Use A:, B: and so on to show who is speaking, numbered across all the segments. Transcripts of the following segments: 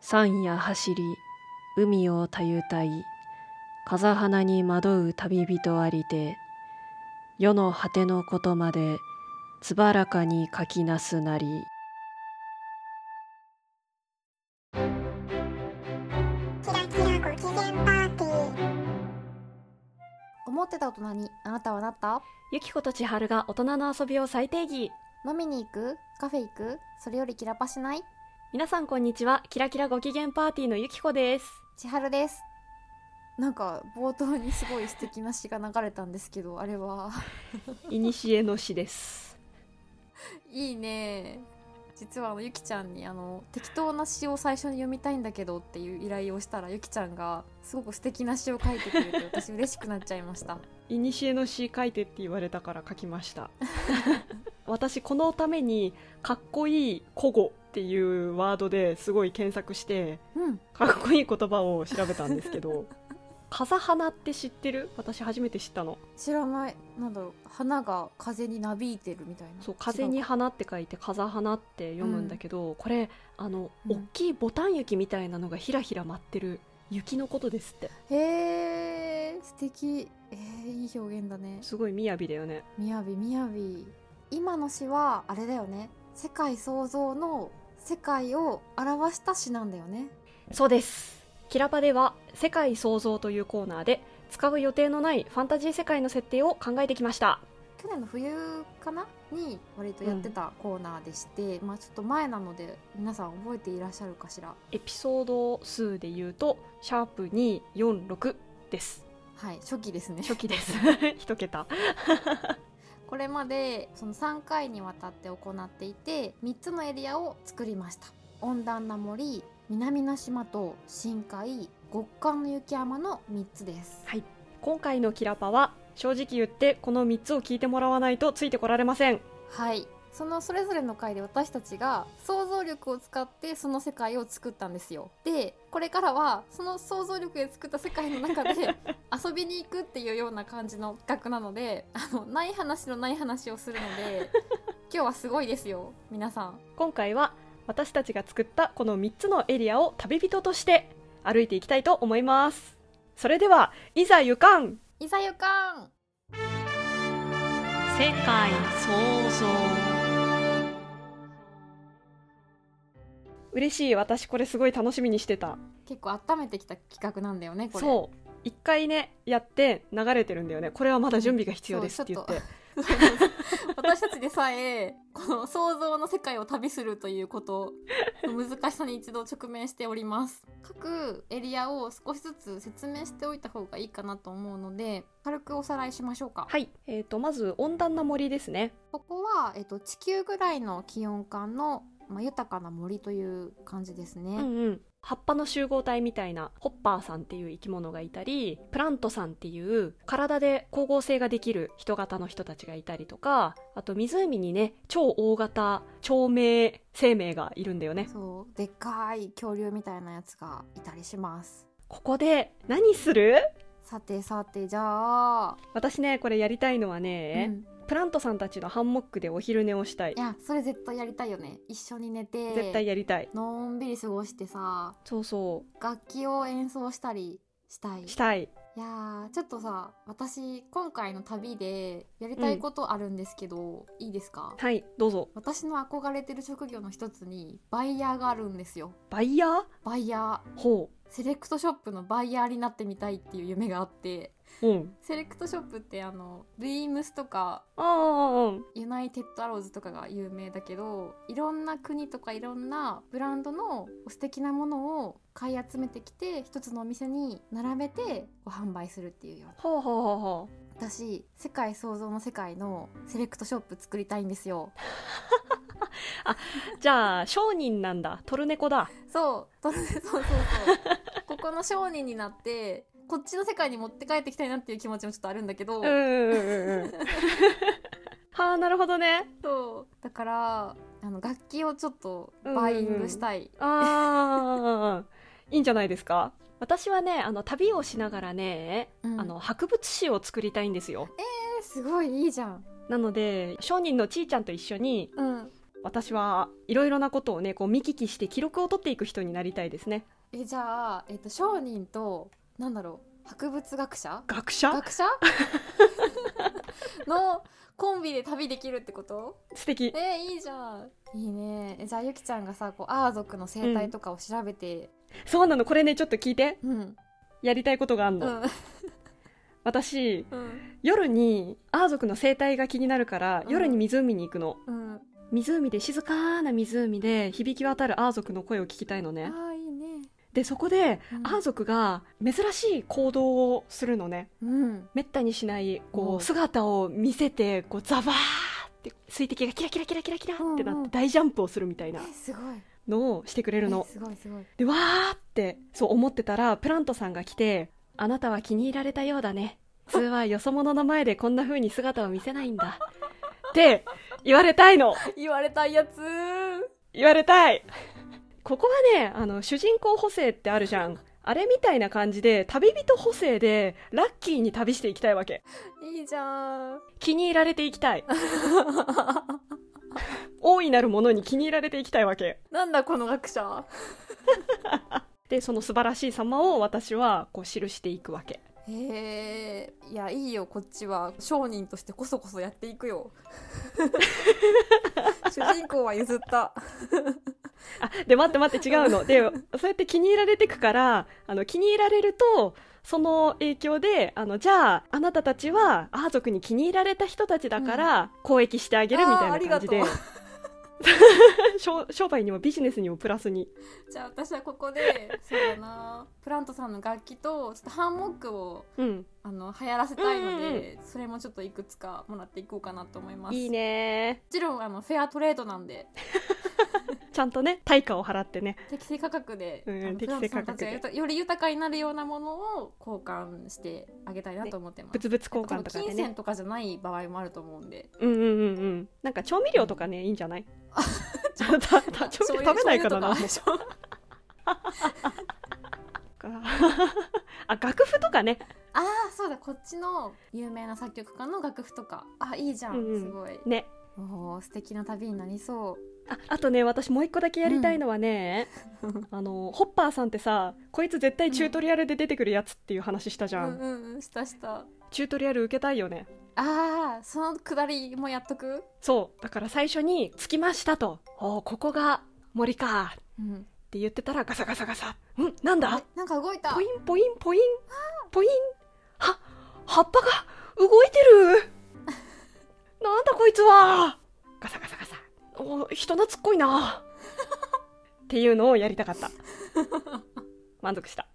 A: 山や走り海をたゆたい風花に惑う旅人ありて世の果てのことまでつばらかに書きなすなり
B: キラキラご機嫌パーティー
C: 思ってた大人にあなたはなった
A: ゆきこと千春が大人の遊びを最定義
C: 飲みに行くカフェ行くそれよりキラパしない
A: 皆さんこんにちはキラキラご機嫌パーティーのゆきこです
C: 千春ですなんか冒頭にすごい素敵な詩が流れたんですけどあれは
A: いにしえの詩です
C: いいね実はあのゆきちゃんにあの適当な詩を最初に読みたいんだけどっていう依頼をしたらゆきちゃんがすごく素敵な詩を書いてくれ て私嬉しくなっちゃいました
A: いにしえの詩書いてって言われたから書きました 私このためにかっこいい古語っていうワードですごい検索して
C: うん
A: かっこいい言葉を調べたんですけど 風花って知ってる私初めて知ったの
C: 知らないなんだろう花が風になびいてるみたいな
A: そう風に
C: 違うか
A: 花って書いて風花って読むんだけど、これあの、
C: うん
A: 大きいボタン雪みたいなのがひらひら舞ってる雪のことですって
C: へえ素敵えー、いい表現だね
A: すごい雅だよね
C: みやびみやび今の詩はあれだよね世界創造の世界を表した詩なんだよね
A: そうですキラパでは「世界創造」というコーナーで使う予定のないファンタジー世界の設定を考えてきました
C: 去年の冬かなに割とやってたコーナーでして、まあちょっと前なので皆さん覚えていらっしゃるかしら
A: エピソード数で言うとシャープ246です
C: はい初期ですね
A: 初期です 一桁
C: これまでその3回にわたって行っていて3つのエリアを作りました温暖な森南の島と深海極寒の雪山の3つです
A: 今回のキラパは正直言ってこの3つを聞いてもらわないとついてこられません
C: はいそのそれぞれの回で私たちが想像力を使ってその世界を作ったんですよでこれからはその想像力で作った世界の中で遊びに行くっていうような感じの企画なのであのない話のない話をするので今日はすごいですよ皆さん
A: 今回は私たちが作ったこの3つのエリアを旅人として歩いていきたいと思いますそれではいざゆかん
C: いざゆかん
A: 世界創造嬉しい私これすごい楽しみにしてた
C: 結構温めてきた企画なんだよねこれ
A: そう一回ねやって流れてるんだよねこれはまだ準備が必要ですって言って
C: そう私たちでさえこの想像の世界を旅するということの難しさに一度直面しております各エリアを少しずつ説明しておいた方がいいかなと思うので軽くおさらいしましょうか、
A: はい、えー、とまず温暖な森ですね
C: ここは、えっと、地球ぐらいの気温感の、まあ、豊かな森という感じです
A: うん
C: ね、
A: うん、葉っぱの集合体みたいなホッパーさんっていう生き物がいたりプラントさんっていう体で光合成ができる人型の人たちがいたりとかあと湖にね超大型長命生命がいるんだよね
C: そうでっかい恐竜みたいなやつがいたりします
A: ここで何する
C: さてさてじゃあ、
A: 私ねこれやりたいのは
C: う
A: ね、
C: ん
A: プラントさんたちのハンモックでお昼寝をしたい
C: いやそれ絶対やりたいよね一緒に寝て
A: 絶対やりたい
C: のんびり過ごしてさ
A: そうそ
C: 楽器を演奏したりしたいう
A: したい
C: いやーちょっとさ私今回の旅でやりたいことあるんですけど、いいですか
A: はいどうぞ
C: 私の憧れてる職業の一つにバイヤーがあるんですよ
A: バイヤー
C: バイヤー
A: ほ
C: セレクトショップのバイヤーになってみたいっていう夢があって
A: ううん
C: セレクトショップってあのドリームスとか
A: ああうん
C: ユナイテッドアローズとかが有名だけどいろんな国とかいろんなブランドの素敵なものを買い集めてきて一つのお店に並べてこう販売するっていうような
A: ほうほうほうほう
C: 私世界創造の世界のセレクトショップ作りたいんで すよ
A: じゃあ商人なんだトルネコだ
C: そうとそうそうそうここの商人になってこっちの世界に持って帰ってきたいなっていう気持ちもちょっとあるんだけど、
A: うんうんうんうんは あなるほどね
C: そうだからあの楽器をちょっとバイイングしたい、
A: あーいいんじゃないですか私はねあの旅をしながらね、
C: うん
A: あの博物誌を作りたいんですよ
C: えーすごいいいじゃん
A: なので商人のちーちゃんと一緒に
C: うん
A: 私はいろいろなことをねこう見聞きして記録を取っていく人になりたいですね
C: えじゃあ、えっと、商人となんだろう博物学者
A: 学者
C: 学者のコンビで旅できるってこと
A: 素敵
C: えいいじゃんいいねえじゃあゆきちゃんがさこうアー族の生態とかを調べて
A: そうなのこれねちょっと聞いて
C: うん
A: やりたいことがあん
C: う
A: の、
C: ん
A: 私
C: うん
A: 夜にアー族の生態が気になるから
C: うん
A: 夜に湖に行くの、
C: うん
A: 湖で静かな湖で響き渡るアー族の声を聞きたいのね
C: ああいいね
A: でそこで
C: うん
A: アー族が珍しい行動をするのね
C: うん
A: めったにしないこ
C: おう
A: う姿を見せてこうザバーって水滴がキラキラキラキラキラってな
C: うん
A: っ
C: う
A: て
C: ん
A: 大ジャンプをするみたいな
C: えすごい
A: のをしてくれるの
C: えすごいすごい
A: でわーってそう思ってたらプラントさんが来て「あなたは気に入られたようだね通はよそ者の前でこんな風に姿を見せないんだ」って言われたいの
C: 言われたいやつー
A: 言われたいここはねあの主人公補正ってあるじゃんあれみたいな感じで旅人補正でラッキーに旅していきたいわけ
C: いいじゃん
A: 気に入られていき たい大いなるものに気に入られていきたいわけ
C: なんだこの学者
A: でその素晴らしい様を私はこう記していくわけ
C: へえいやいいよこっちは商人としてこそこそやってい くよ主人公は譲った
A: あで待って待って違うのでそうやって気に入られてくからあの気に入られるとその影響であのじゃああなたたちはアー族に気に入られた人たちだから交易してあげるみたいな感じで、
C: あーあ
A: 商商売にもビジネスにもプラスに
C: じゃあ私はここでそうだなプラントさんの楽器とちょっとハンモックを
A: うん
C: あの流行らせたいので、
A: うん
C: それもちょっといくつかもらっていこうかなと思います
A: いい
C: も
A: ね
C: ちろんあのフェアトレードなんで
A: ちゃんとね対価を払ってね
C: 適正価格で、
A: うん
C: あの
A: 適正価格で
C: プラントさんたちがより豊かになるようなものを交換してあげたいなと思ってます、
A: 物々交換とか
C: 金
A: でね
C: 銭とかじゃない場合もあると思うんで
A: うんうんうんうんなんか調味料とかねいいんじゃないちょっとた 調味料食べないからな
C: 醤油醤 油とか
A: か あ楽譜とかね
C: ああそうだこっちの有名な作曲家の楽譜とかあいいじゃん、
A: うんうん
C: すごい
A: ね
C: おー素敵な旅になりそう
A: ああとね私もう一個だけやりたいのは ね、あのホッパーさんってさこいつ絶対チュートリアルで出てくるやつっていう話したじ
C: う
A: ゃん、
C: んうんうんしたした
A: チュートリアル受けたいよね
C: あーそのくだりもやっとく
A: そうだから最初に「着きましたと」おーここが森か」っ
C: うん
A: て言ってたらガサガサガサ「んなんだ
C: あなんか動いた
A: ポインポインポインポインは葉っぱが動いてるなんだこいつはガサガサガサお人懐っこいなっていうのをやりたかった満足した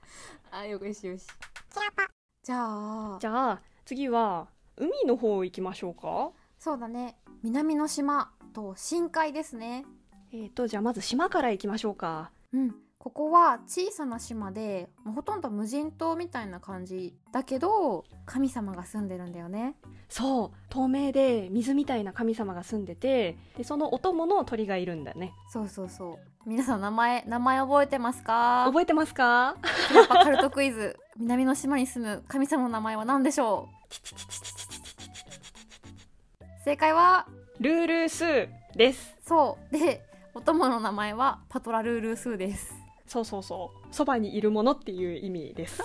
C: あよしよし
B: キラパ、
C: じゃあ
A: じゃあ次は海の方行きましょうか
C: そうだね南の島と深海ですね
A: えーとじゃあまず島から行きましょうか
C: うんここは小さな島でもうほとんど無人島みたいな感じだけど神様が住んでるんだよね
A: そう透明で水みたいな神様が住んでてでそのお供の鳥がいるんだね
C: そうそうそう皆さん名前名前覚えてますか
A: 覚えてますか
C: キラパカルトクイズ南の島に住む神様の名前は何でしょう正解は
A: ルールースーです
C: そうでお供の名前はパトラルールースーです
A: そうそうそう。そばにいるものっていう意味です。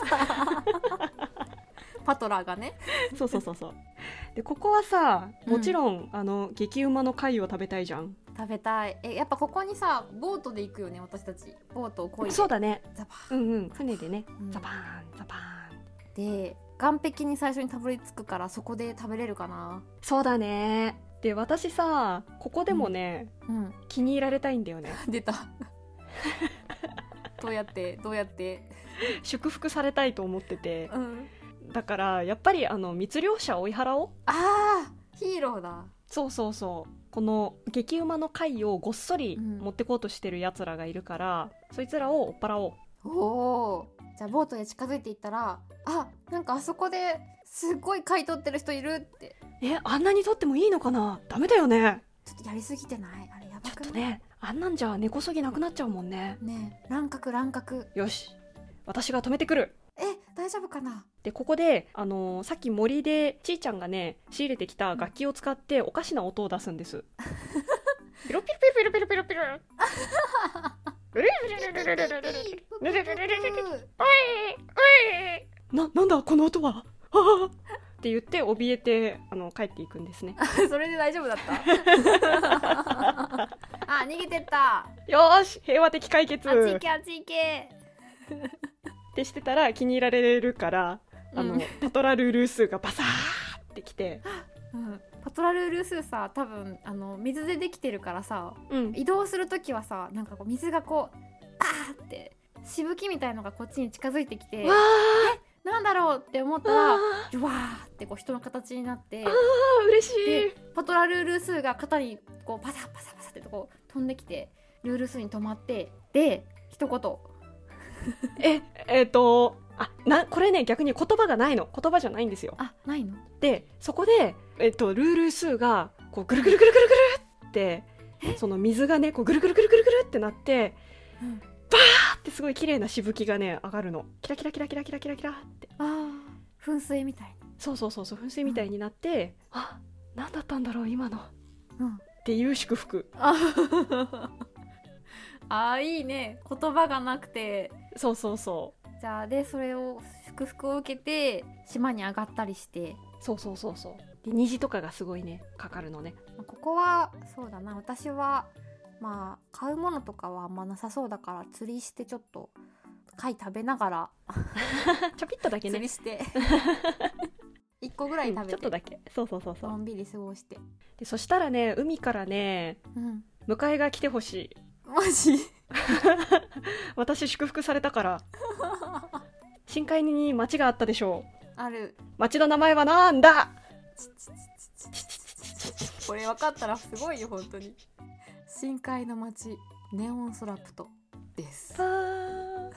C: パトラがね
A: そうそうそうそう。でここはさ、
C: うん
A: もちろん、あの激うまの貝を食べたいじゃん。
C: 食べたいえやっぱここにさボートで行くよね私たちボートをこいで
A: そうだね。
C: ザバ
A: うんうん。船でね。
C: ーン
A: ザバーンザバーン。
C: うんで岸壁に最初にたどり着くからそこで食べれるかな
A: そうだね。で私さ、ここでもね、
C: うん
A: 気に入られたいんだよね。
C: 出た どうやってどうやって
A: 祝福されたいと思ってて、
C: うん
A: だからやっぱりあの密漁者追い払おう。
C: あーヒーローだ
A: そうそうそうこの激うまの貝をごっそり持ってこうとしてるやつらがいるから、そいつらを追っ払おう
C: おおじゃあボートで近づいていったらあなんかあそこですっごい買い取ってる人いるって
A: えあんなにとってもいいのかなダメだよね
C: ちょっとやりすぎてないあれやば
A: ちょ
C: く
A: っと
C: ない
A: ねあんなんじゃ根こそぎなくなっちゃうもんね
C: ねえ乱獲乱獲
A: よし私が止めてくる
C: え大丈夫かな
A: でここで、あのーさっき森でちーちゃんがね仕入れてきた楽器を使っておかしな音を出すんですピロピロピロピロピロピロピロ。
C: ぬるぬるぬるぬる
A: な、なんだこの音はああって言って怯えてあの帰っていくんですね。
C: それで大丈夫だったあ逃げてった
A: よーし平和的解決
C: あっち行けあっち行け
A: ってしてたら気に入られるからあの、
C: うん
A: パトラルールー数がバサーってきて、
C: うんパトラルールスーさ多分あの水でできてるからさ
A: うん、
C: 移動する時はさなんかこう水がこうあーってしぶきみたいのがこっちに近づいてきて
A: わ
C: なんだろうって思った
A: ー
C: ら
A: わ
C: わーってこう人の形になって
A: ー嬉し
C: で
A: い
C: パトラルールスーが肩にこうパサパサパサってこう飛んできてルールスーに止まってで一言
A: ええっ、とあなこれね逆に言葉がないの言葉じゃないんですよ
C: あないの
A: でそこで、えっとルールー数がこうぐるぐるぐるぐるぐるってその水がねこうぐるぐるぐるぐるぐるってなって、
C: うん
A: バーってすごい綺麗なしぶきがね上がるのキラキラキラキラキラキラキラって
C: あー噴水みたい
A: そうそうそうそう噴水みたいになって、あ何だったんだろう今のっ
C: な、うん、
A: ていう祝福
C: あ あーいいね言葉がなくて
A: そうそうそう
C: じゃあでそれを祝福を受けて島に上がったりして、
A: そうそうそうそうで虹とかがすごいねかかるのね
C: まあここはそうだな私はまあ買うものとかはあんまなさそうだから釣りしてちょっと貝食べながら
A: ちょぴっとだけ
C: 釣
A: ね
C: りして 一個ぐらい
A: うん
C: 食べ、
A: ちょってとだけそうそうそうそ
C: の
A: うん
C: びり過ごして
A: でそしたらね海からね
C: うん
A: 迎えが来てほしい
C: マジ
A: 私祝福されたから深海に町があったでしょう
C: ある
A: 町の名前はなんだ
C: ちちちちちちこれ分かったらすごいよ本当に深海の街ネオンソラプトです
A: パーン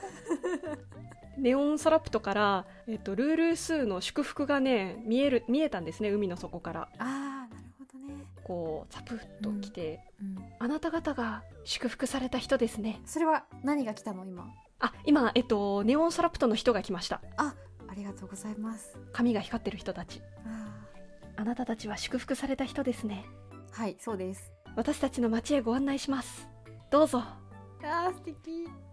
A: ネオンソラプトから、えっと、ルールースーの祝福がね見える見えたんですね海の底から
C: あーなるほどね、
A: こうザプッと来て、
C: うん、
A: あなた方が祝福された人ですね
C: それは何が来たの今
A: あ今、えっと、ネオンソラプトの人が来ました
C: ありがとうございます
A: 髪が光ってる人たち
C: あ
A: あなたたちは祝福された人ですね
C: ーはいそうです
A: 私たちの町へご案内しますどうぞっ
C: あー素敵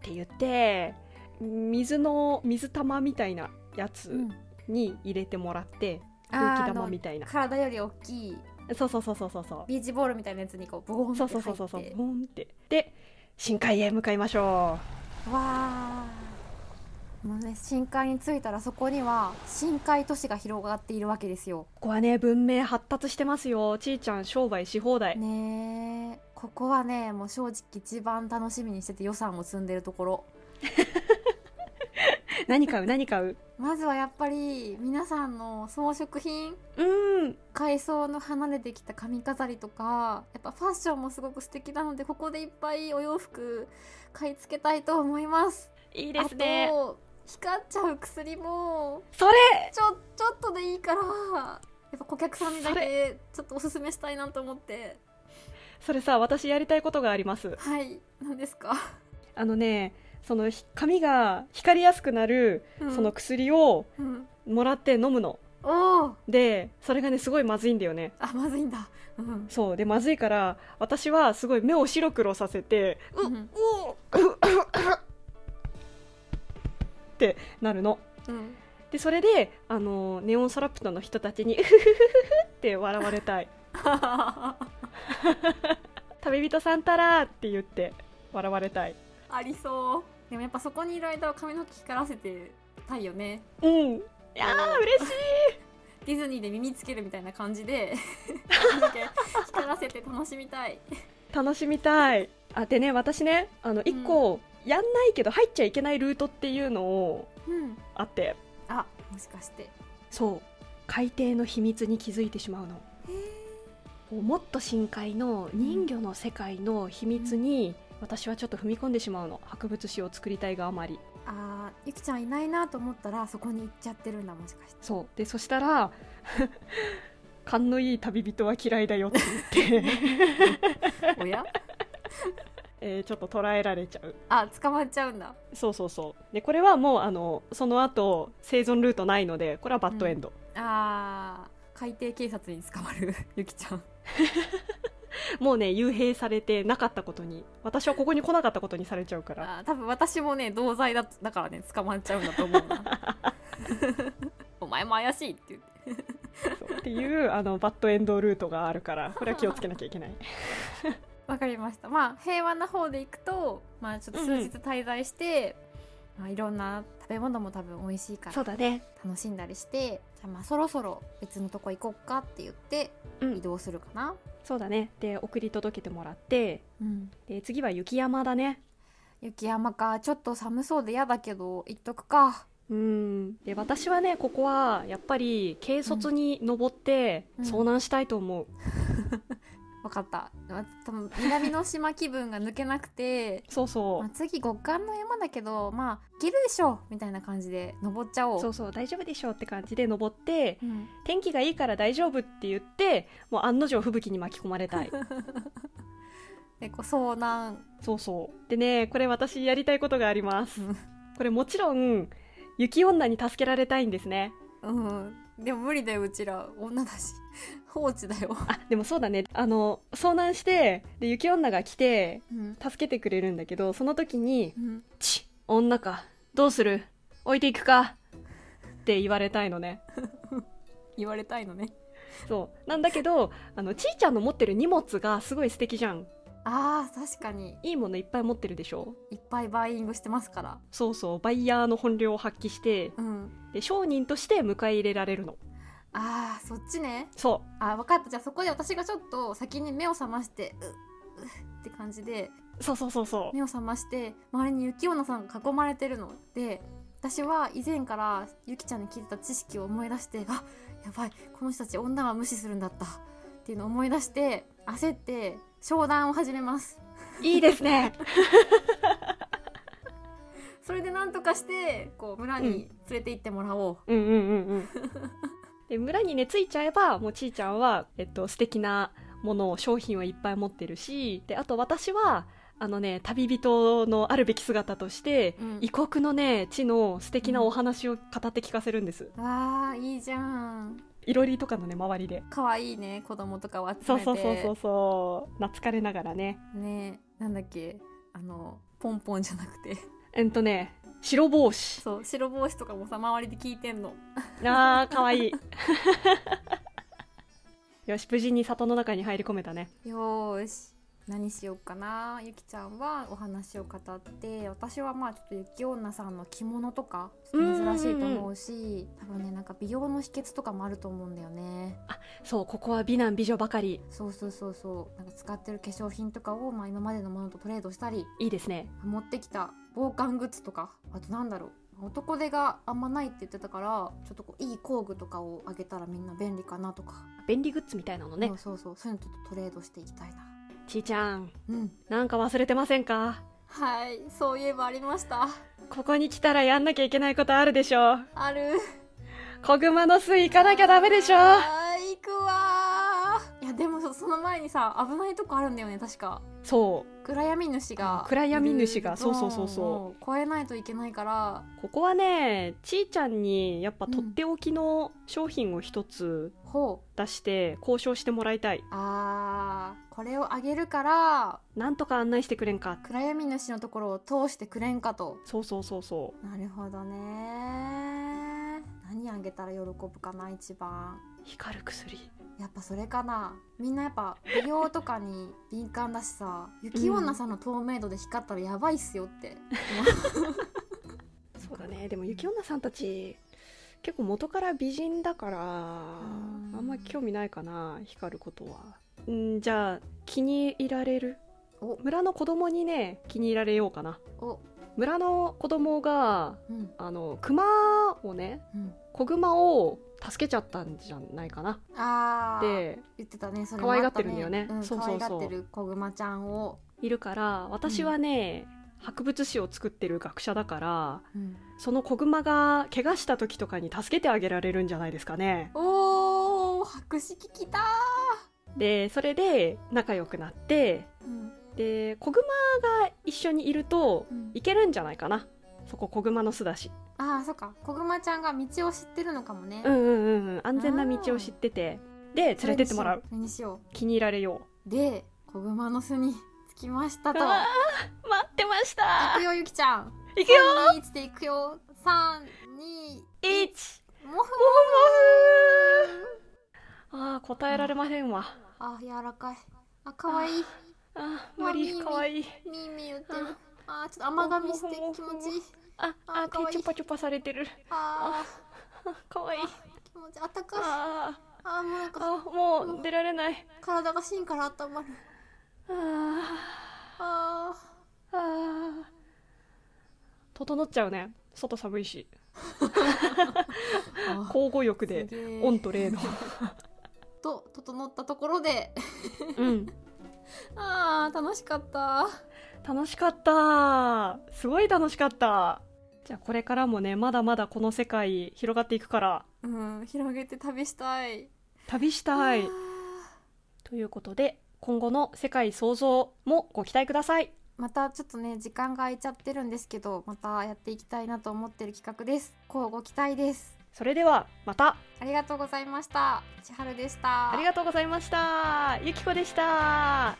A: て言って水の水玉みたいなやつに入れてもらって、空気玉みたいな
C: 体より大きい
A: そうそうそうそうそうそう
C: ビーチボールみたいなやつにこうボーンって
A: そう
C: 入って
A: そうそうそうそうボンってで深海へ向かいましょ
C: わーもうね深海に着いたらそこには深海都市が広がっているわけですよ
A: うここはね文明発達してますよちーちゃん商売し放題、
C: ねえここはねもう正直一番楽しみにしてて予算を積んでるところ
A: 何買う何買う
C: まずはやっぱり皆さんの装飾品
A: うーん
C: 海藻の離れてきた髪飾りとかやっぱファッションもすごく素敵なのでここでいっぱいお洋服買い付けたいと思います
A: いいですね
C: あと光っちゃう薬も
A: それ
C: ちょちょっとでいいからやっぱ顧客さんにだけちょっとおすすめしたいなと思って
A: それさ私やりたいことがあります
C: はい何ですか、
A: あのねそのひ髪が光りやすくなる
C: うん
A: その、薬を
C: うん、
A: もらって飲むの、
C: おお
A: でそれがねすごいまずいんだよね
C: あまずいんだうん
A: そうでまずいから私はすごい目を白黒させてう
C: う
A: うんおううってなるの
C: うん
A: でそれであのネオンソラプトの人たちにうふふふふって笑われたい
C: あ
A: 旅人さんたらーって言って笑われたい
C: りそうでもやっぱそこにいる間は髪の毛光らせてたいよね
A: うんいやー嬉しい
C: ディズニーで耳つけるみたいな感じで髪の毛光らせて楽しみたい
A: 楽しみたいあでね私ねあの1個、やんないけど入っちゃいけないルートっていうのを
C: うん
A: あって
C: あもしかして
A: そう海底の秘密に気づいてしまうのこうもっと深海の人魚の世界の秘密に、私はちょっと踏み込んでしまうの博物史を作りたいがあまり
C: あーゆきちゃんいないなと思ったらそこに行っちゃってるんだもしかして
A: そうでそしたら 勘のいい旅人は嫌いだよって言って
C: おや
A: えーちょっと捉えられちゃう
C: あ捕まっちゃうんだ
A: そうそうそうでこれはもうあのその後生存ルートないのでこれはバッドエンド、
C: あー海底警察に捕まるゆきちゃん
A: もうね幽閉されてなかったことに私はここに来なかったことにされちゃうから
C: あー多分私もね同罪だだからね捕まっちゃうんだと思うなお前も怪しいって言って
A: そうっていうあのバッドエンドルートがある からこれは気をつけなきゃいけない
C: わかりましたまあ平和な方で行くとまあちょっと数日滞在して、まあ、いろんな食べ物も多分美味しいから
A: うだね
C: 楽しんだりしてじゃあまあそろそろ別のとこ行こっかって言って
A: うん
C: 移動するかな、
A: そうだねで送り届けてもらって
C: うん、
A: で次は雪山だね
C: 雪山かちょっと寒そうで嫌だけど行っとくか
A: うんで私はねここはやっぱり軽率に登って
C: うん
A: 遭難したいと思う、
C: わかったまあ多分南の島気分が抜けなくて
A: そうそ
C: まあ
A: う
C: 次極寒の山だけどまあ行けるでしょみたいな感じで登っちゃおう
A: そうそう大丈夫でしょうって感じで登って
C: うん
A: 天気がいいから大丈夫って言ってもう案の定吹雪に巻き込まれたい
C: でこう遭難
A: そうそうでねこれ私やりたいことがあります
C: うん
A: これもちろん雪女に助けられたいんですね
C: うんでも無理だようちら女だし 放置だよ、
A: あでもそうだねあの遭難してで雪女が来て
C: うん
A: 助けてくれるんだけどその時に「ち女かどうする置いていくか」って言われたいのね
C: 言われたいのね
A: そうなんだけどあのちいちゃんの持ってる荷物がすごい素敵じゃん
C: あー確かに
A: いいものいっぱい持ってるでしょ
C: いっぱいバイイングしてますから
A: そうそうバイヤーの本領を発揮して
C: うん
A: で商人として迎え入れられるの
C: あーそっちね
A: そ
C: あ分かったじゃあそこで私がちょっと先に目を覚ましてううって感じで
A: うそうそうそうそう
C: 目を覚まして周りに雪女さんが囲まれてるので私は以前からゆきちゃんに聞いてた知識を思い出してあやばいこの人たち女は無視するんだったっていうのを思い出して焦って商談を始めます
A: いいですね
C: それでなんとかしてこう村に連れて行ってもらおう、
A: うんうんうんうん で村にね着いちゃえばもうちいちゃんは、えっと素敵なものを商品をいっぱい持ってるしであと私はあのね旅人のあるべき姿として、
C: うん
A: 異国のね地の素敵なお話を語って聞かせるんです、
C: わあいいじゃん
A: いろりとかのね周りで
C: 可愛いね子供とかを集
A: そう
C: めて
A: そうそうそうそう懐かれながらね
C: ねなんだっけあのポンポンじゃなくて
A: えっとね白帽子
C: そう白帽子とかもさ周りで聞いてんの
A: あーかわ いいよし無事に里の中に入り込めたね
C: よーし何しようかなゆきちゃんはお話を語って私はまあちょっと雪女さんの着物とかちょっと珍しいと思うし多分ねなんか美容の秘訣とかもあると思うんだよね
A: そうここは美男美女ばかり
C: そうそうそうそうなんか使ってる化粧品とかを、まあ、今までのものとトレードしたり
A: いいですね
C: 持ってきた防寒グッズとかあとなんだろう男手があんまないって言ってたからちょっとこういい工具とかをあげたらみんな便利かなとか、
A: 便利グッズみたいなのね
C: そうそうそうそういうのちょっとトレードしていきたいな
A: ちーちゃん
C: うん
A: なんか忘れてませんか
C: はいそういえばありました
A: ここに来たらやんなきゃいけないことあるでしょ
C: ある
A: 小熊の巣行かなきゃダメでしょ
C: あー行くわーいやでもそその前にさ危ないとこあるんだよね確か
A: そ
C: 暗闇主が
A: あ暗闇主が
C: いる
A: そうそうそうそう
C: ゾーンを越えないといけないから
A: うここはねちーちゃんにやっぱとっておきの商品を一つ
C: ほう
A: 出して交渉してもらいたい
C: あーこれをあげるから
A: なんとか案内してくれんか
C: 暗闇主のところを通してくれんかと
A: そうそうそうそ
C: なるほどね何あげたら喜ぶかな一番
A: う光る薬
C: やっぱそれかなみんなやっぱ美容とかに敏感だしさ雪女さんの透明度で光ったらやばいっすよって、
A: そうだねでも雪女さんたち結構元から美人だから
C: ん
A: あんま興味ないかな光ることはんじゃあ気に入られる
C: お
A: 村の子供にね気に入られようかな
C: お
A: 村の子供が
C: うん
A: あの熊をね
C: うん
A: 子熊を助けちゃったんじゃないかな
C: あー
A: で
C: 言ってたねそれ
A: 可愛がってるんだよね
C: あったうん、
A: そうそうそう
C: 可愛がってる子グマちゃんを、
A: いるから私はね、博物誌を作ってる学者だから
C: うん、
A: その子熊が怪我した時とかに助けてあげられるんじゃないですかね
C: おー白紙聞きた
A: でそれで仲良くなって
C: ー、うん
A: で子グマが一緒にいると
C: うん
A: いけるんじゃないかなそこ子グマの巣だし
C: あーそっか子グマちゃんが道を知ってるのかもね、
A: うんうんうんうん安全な道を知っててで連れてってもらう
C: これにしようこれにしよ
A: 気に入られよう
C: で子熊の巣に着きましたと
A: わあ待ってました
C: 行くよゆきちゃん
A: いくよ
C: 321って行くよ321
A: 1
C: もふ
A: あー答えられませんわ
C: あ柔らかいあ可愛い
A: あー
C: ま
A: 無
C: あ
A: 理
C: ミーミー
A: かわいい
C: みーみー言ってるあーちょっと甘噛みして
A: ほほほほ
C: 気持ちいい
A: あ
C: あ
A: あ
C: ーかわい
A: 手
C: い
A: チュパチュパされてる
C: あ
A: あかわいい
C: ー気持ちいいあったかい
A: あー
C: あーもうなんか
A: あもう出られない
C: 体が芯から温まる
A: あ
C: あー
A: ーあー整っちゃうね外寒いし
C: あ
A: 交互浴です
C: げー
A: オンとレイの
C: と整ったところで
A: うん
C: あー楽しかった
A: 楽しかったすごい楽しかったじゃあこれからもねまだまだこの世界広がっていくから
C: うん広げて旅したい
A: 旅したい
C: あー
A: ということで今後の世界創造もご期待ください
C: またちょっとね時間が空いちゃってるんですけどまたやっていきたいなと思ってる企画です乞うご期待です
A: それではまた
C: ありがとうございました千春でした
A: ありがとうございましたゆきこでした